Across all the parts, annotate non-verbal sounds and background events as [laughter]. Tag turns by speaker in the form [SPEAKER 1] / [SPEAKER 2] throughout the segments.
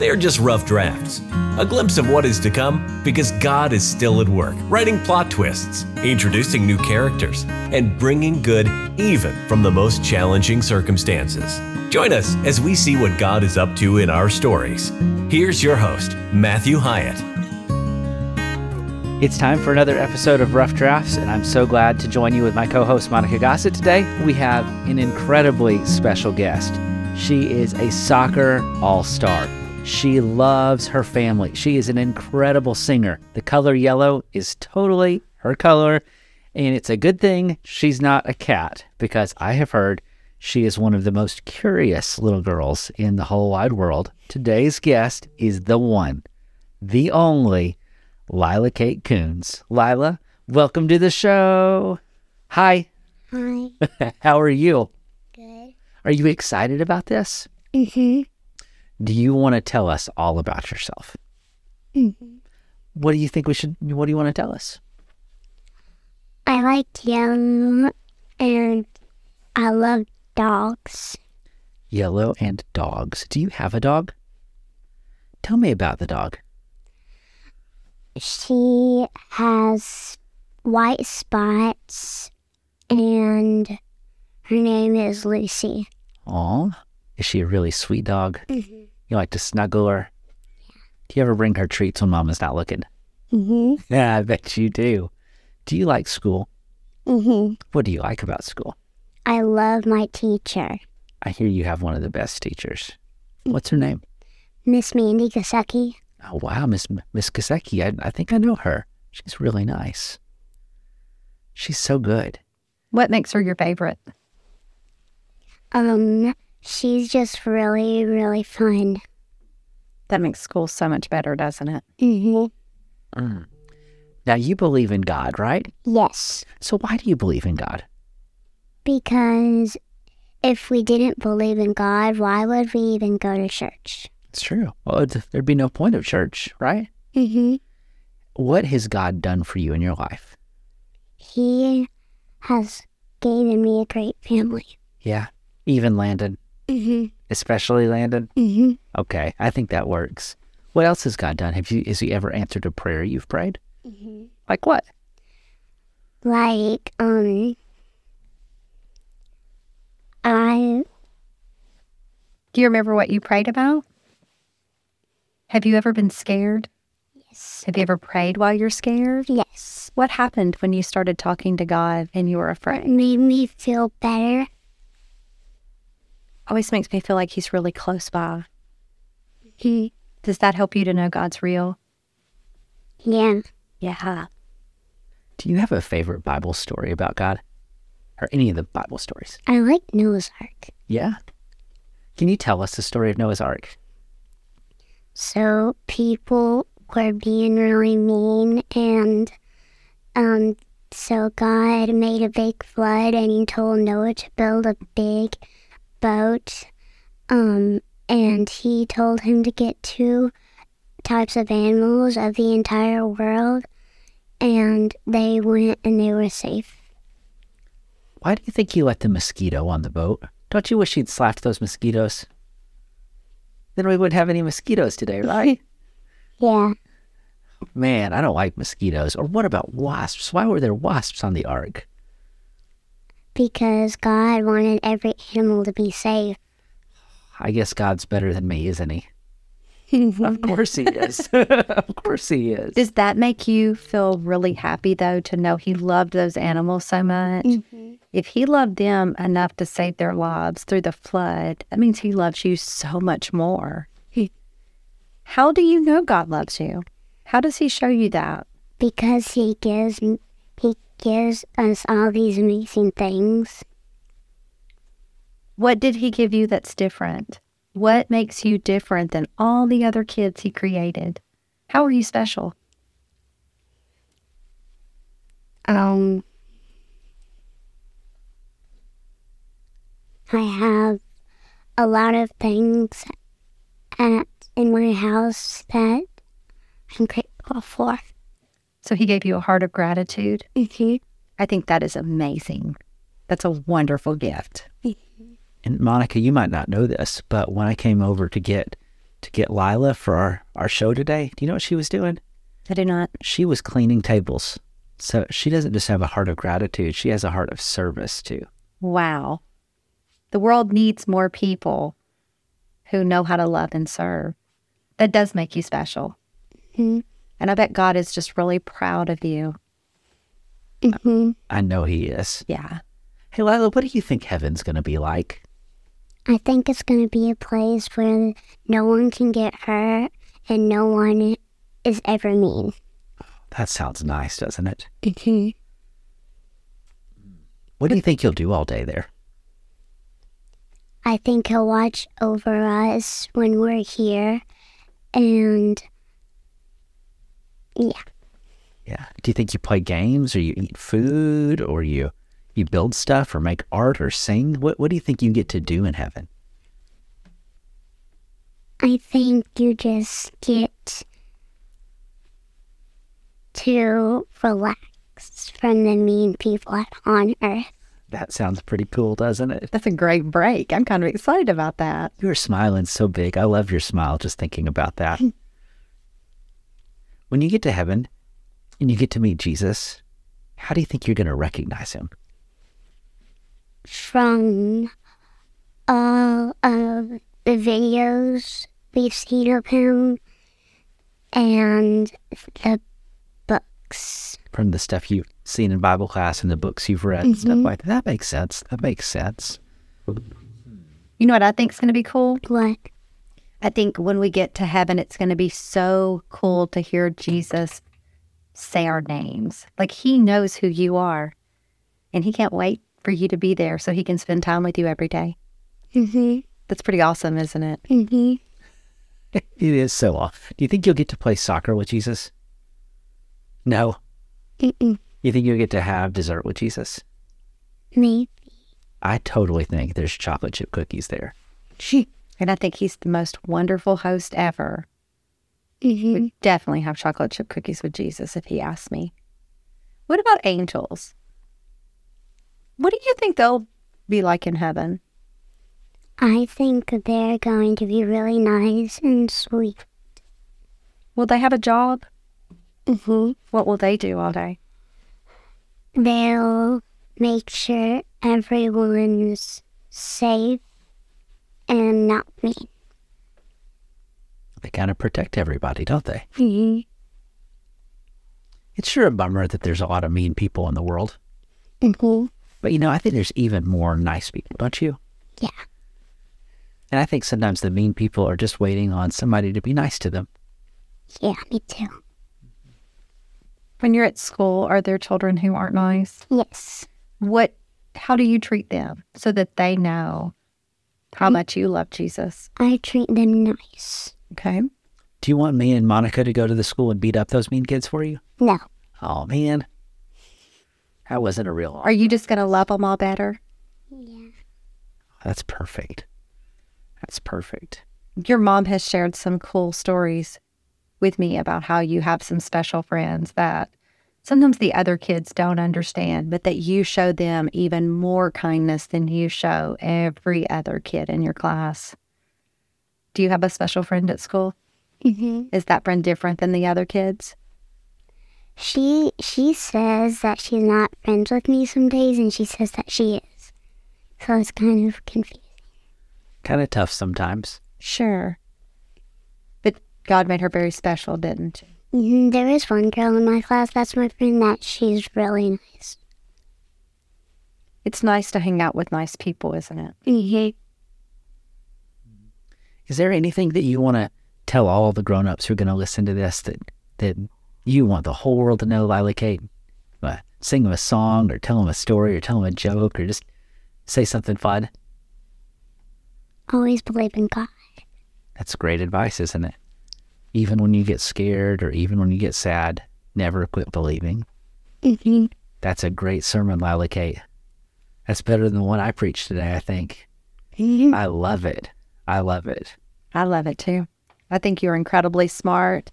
[SPEAKER 1] They are just rough drafts, a glimpse of what is to come because God is still at work, writing plot twists, introducing new characters, and bringing good even from the most challenging circumstances. Join us as we see what God is up to in our stories. Here's your host, Matthew Hyatt.
[SPEAKER 2] It's time for another episode of Rough Drafts, and I'm so glad to join you with my co host, Monica Gossett. Today, we have an incredibly special guest. She is a soccer all star. She loves her family. She is an incredible singer. The color yellow is totally her color, and it's a good thing she's not a cat because I have heard she is one of the most curious little girls in the whole wide world. Today's guest is the one, the only, Lila Kate Coons. Lila, welcome to the show. Hi,
[SPEAKER 3] Hi.
[SPEAKER 2] [laughs] how are you?
[SPEAKER 3] Good.
[SPEAKER 2] Are you excited about this?
[SPEAKER 3] Mm-hmm.
[SPEAKER 2] Do you want to tell us all about yourself?
[SPEAKER 3] Mm-hmm.
[SPEAKER 2] What do you think we should, what do you want to tell us?
[SPEAKER 3] I like yellow and I love dogs.
[SPEAKER 2] Yellow and dogs. Do you have a dog? Tell me about the dog.
[SPEAKER 3] She has white spots and her name is Lucy.
[SPEAKER 2] Aw, is she a really sweet dog?
[SPEAKER 3] Mm-hmm.
[SPEAKER 2] You like to snuggle her? Do you ever bring her treats when mama's not looking?
[SPEAKER 3] Mm-hmm.
[SPEAKER 2] Yeah, [laughs] I bet you do. Do you like school?
[SPEAKER 3] Mm-hmm.
[SPEAKER 2] What do you like about school?
[SPEAKER 3] I love my teacher,
[SPEAKER 2] I hear you have one of the best teachers. What's her name?
[SPEAKER 3] Miss Mandy Gasecki.
[SPEAKER 2] Oh wow, Miss Miss Kaseki. I, I think I know her. She's really nice. She's so good.
[SPEAKER 4] What makes her your favorite?
[SPEAKER 3] Um, she's just really, really fun.
[SPEAKER 4] That makes school so much better, doesn't it?
[SPEAKER 3] Mm-hmm.
[SPEAKER 2] Now you believe in God, right?
[SPEAKER 3] Yes.
[SPEAKER 2] So why do you believe in God?
[SPEAKER 3] Because if we didn't believe in God, why would we even go to church?
[SPEAKER 2] It's true. Well, it's- there'd be no point of church, right?
[SPEAKER 3] Mm-hmm.
[SPEAKER 2] What has God done for you in your life?
[SPEAKER 3] He has given me a great family.
[SPEAKER 2] Yeah, even Landon,
[SPEAKER 3] Mm-hmm.
[SPEAKER 2] especially Landon.
[SPEAKER 3] Mm-hmm.
[SPEAKER 2] Okay, I think that works. What else has God done? Have you has He ever answered a prayer you've prayed? Like what?
[SPEAKER 3] Like, um, I,
[SPEAKER 4] Do you remember what you prayed about? Have you ever been scared?
[SPEAKER 3] yes,
[SPEAKER 4] Have you ever prayed while you're scared?
[SPEAKER 3] yes.
[SPEAKER 4] What happened when you started talking to God and you were
[SPEAKER 3] It
[SPEAKER 4] afraid?
[SPEAKER 3] made me feel better.
[SPEAKER 4] Always makes me feel like He's really close by.
[SPEAKER 3] Mhm.
[SPEAKER 4] Does that help you to know God's real?
[SPEAKER 3] Yeah.
[SPEAKER 4] Yeah.
[SPEAKER 2] Do you have a favorite Bible story about God? Or any of the Bible stories?
[SPEAKER 3] I like Noah's Ark.
[SPEAKER 2] Yeah. Can you tell us the story of Noah's Ark?
[SPEAKER 3] So people were being really mean and, um, so God made a big flood and he told Noah to build a big boat. Um, and he told him to get two types of animals of the entire world. And they went and they were safe.
[SPEAKER 2] Why do you think he let the mosquito on the boat? Don't you wish he'd slapped those mosquitoes? Then we wouldn't have any mosquitoes today, right?
[SPEAKER 3] Yeah.
[SPEAKER 2] Man, I don't like mosquitoes. Or what about wasps? Why were there wasps on the ark?
[SPEAKER 3] Because God wanted every animal to be safe.
[SPEAKER 2] I guess God's better than me, isn't he? of course he is. of course he is.
[SPEAKER 4] Does that make you feel really happy, though, to know He loved those animals so much? If He loved them enough to save their lives through the flood, that means He loves you so much more. How do you know God loves you? How does He show you that?
[SPEAKER 3] because he gives he gives us all these amazing things
[SPEAKER 4] What did He give you that's different? What makes you different than all the other kids He created? How are you special?
[SPEAKER 3] Um, I have a lot of things at, in my house that I'm grateful for.
[SPEAKER 4] So he gave you a heart of gratitude.
[SPEAKER 3] Mm-hmm.
[SPEAKER 4] I think that is amazing. That's a wonderful gift.
[SPEAKER 2] and Monica, you might not know this, but when I came over to get to get Lila for our, our show today, do you know what she was doing?
[SPEAKER 4] I do not.
[SPEAKER 2] She was cleaning tables. So she doesn't just have a heart of gratitude, she has a heart of service too.
[SPEAKER 4] Wow. The world needs more people who know how to love and serve. That does make you special.
[SPEAKER 3] Mhm.
[SPEAKER 4] And I bet God is just really proud of you.
[SPEAKER 3] Mm-hmm.
[SPEAKER 2] I know he is.
[SPEAKER 4] Yeah.
[SPEAKER 2] Hey Lila, what do you think heaven's gonna be like?
[SPEAKER 3] I think it's going to be a place where no one can get hurt and no one is ever mean.
[SPEAKER 2] That sounds nice, doesn't it?
[SPEAKER 3] Mm-hmm.
[SPEAKER 2] What do you think you'll do all day there?
[SPEAKER 3] I think he'll watch over us when we're here. And yeah,
[SPEAKER 2] Yeah. Do you think you play games or you eat food or you you build stuff or make art or sing? What what do you think you get to do in heaven?
[SPEAKER 3] I think you just get to relax from the mean people on earth.
[SPEAKER 2] That sounds pretty cool, doesn't it?
[SPEAKER 4] That's a great break. I'm kind of excited about that.
[SPEAKER 2] You're smiling so big. I love your smile just thinking about that. when you get to heaven and you get to meet Jesus, how do you think you're going to recognize him?
[SPEAKER 3] From all of the videos we've seen of him and the books.
[SPEAKER 2] From the stuff you've seen in Bible class and the books you've read and stuff like that. That makes sense. That makes sense.
[SPEAKER 4] You know what I think is going to be cool?
[SPEAKER 3] What?
[SPEAKER 4] I think when we get to heaven, it's going to be so cool to hear Jesus say our names. Like he knows who you are and he can't wait for you to be there so he can spend time with you every day.
[SPEAKER 3] Mm-hmm.
[SPEAKER 4] That's pretty awesome, isn't it?
[SPEAKER 3] Mm-hmm.
[SPEAKER 2] It is so off. Do you think you'll get to play soccer with Jesus? No.
[SPEAKER 3] Mm-mm.
[SPEAKER 2] You think you'll get to have dessert with Jesus?
[SPEAKER 3] Me.
[SPEAKER 2] I totally think there's chocolate chip cookies there.
[SPEAKER 4] And I think he's the most wonderful host ever.
[SPEAKER 3] Mm-hmm.
[SPEAKER 4] Would definitely have chocolate chip cookies with Jesus if he asked me. What about angels? What do you think they'll be like in heaven?
[SPEAKER 3] I think they're going to be really nice and sweet.
[SPEAKER 4] Will they have a job?
[SPEAKER 3] Mm-hmm.
[SPEAKER 4] What will they do all day?
[SPEAKER 3] They'll make sure everyone's safe and not mean.
[SPEAKER 2] They kind of protect everybody, don't they?
[SPEAKER 3] Mm-hmm.
[SPEAKER 2] It's sure a bummer that there's a lot of mean people in the world.
[SPEAKER 3] Mm-hmm.
[SPEAKER 2] But you know, I think there's even more nice people, don't you?
[SPEAKER 3] Yeah.
[SPEAKER 2] And I think sometimes the mean people are just waiting on somebody to be nice to them.
[SPEAKER 3] Yeah, me too.
[SPEAKER 4] When you're at school, are there children who aren't nice?
[SPEAKER 3] Yes.
[SPEAKER 4] What how do you treat them so that they know how much you love Jesus?
[SPEAKER 3] I treat them nice.
[SPEAKER 4] Okay.
[SPEAKER 2] Do you want me and Monica to go to the school and beat up those mean kids for you?
[SPEAKER 3] No.
[SPEAKER 2] Oh man. That wasn't a real
[SPEAKER 4] Are you just going to love them all better?
[SPEAKER 3] Yeah.
[SPEAKER 2] That's perfect. That's perfect.
[SPEAKER 4] Your mom has shared some cool stories with me about how you have some special friends that sometimes the other kids don't understand, but that you show them even more kindness than you show every other kid in your class. Do you have a special friend at school?
[SPEAKER 3] Mm-hmm.
[SPEAKER 4] Is that friend different than the other kids?
[SPEAKER 3] She she says that she's not friends with me some days, and she says that she is. So I was kind of confused.
[SPEAKER 2] Kind of tough sometimes.
[SPEAKER 4] Sure. But God made her very special, didn't he?
[SPEAKER 3] Mhm, There is one girl in my class that's my friend that she's really nice.
[SPEAKER 4] It's nice to hang out with nice people, isn't it?
[SPEAKER 3] Mm-hmm.
[SPEAKER 2] Is there anything that you want to tell all the grown-ups who are going to listen to this that that you want the whole world to know, Lila Kate? Uh, sing them a song, or tell them a story, or tell them a joke, or just say something fun.
[SPEAKER 3] Always believe in God. [laughs]
[SPEAKER 2] That's great advice, isn't it? Even when you get scared, or even when you get sad, never quit believing.
[SPEAKER 3] Mm-hmm.
[SPEAKER 2] That's a great sermon, Lila Kate. That's better than the one I preached today, I think. I love it. I love it.
[SPEAKER 4] I love it too. I think you're incredibly smart.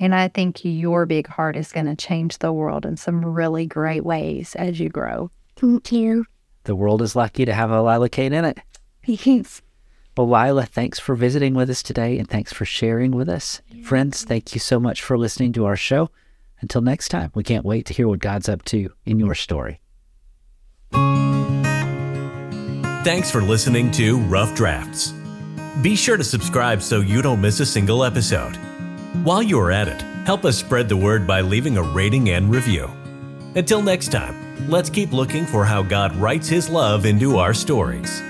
[SPEAKER 4] And I think your big heart is going to change the world in some really great ways as you grow. [laughs]
[SPEAKER 3] Thank you.
[SPEAKER 2] The world is lucky to have a Lila Kate in it.
[SPEAKER 4] Yes.
[SPEAKER 2] Well, Lila, thanks for visiting with us today and thanks for sharing with us. Friends, thank you so much for listening to our show. Until next time, we can't wait to hear what God's up to in your story.
[SPEAKER 1] Thanks for listening to Rough Drafts. Be sure to subscribe so you don't miss a single episode. While you're at it, help us spread the word by leaving a rating and review. Until next time, let's keep looking for how God writes His love into our stories.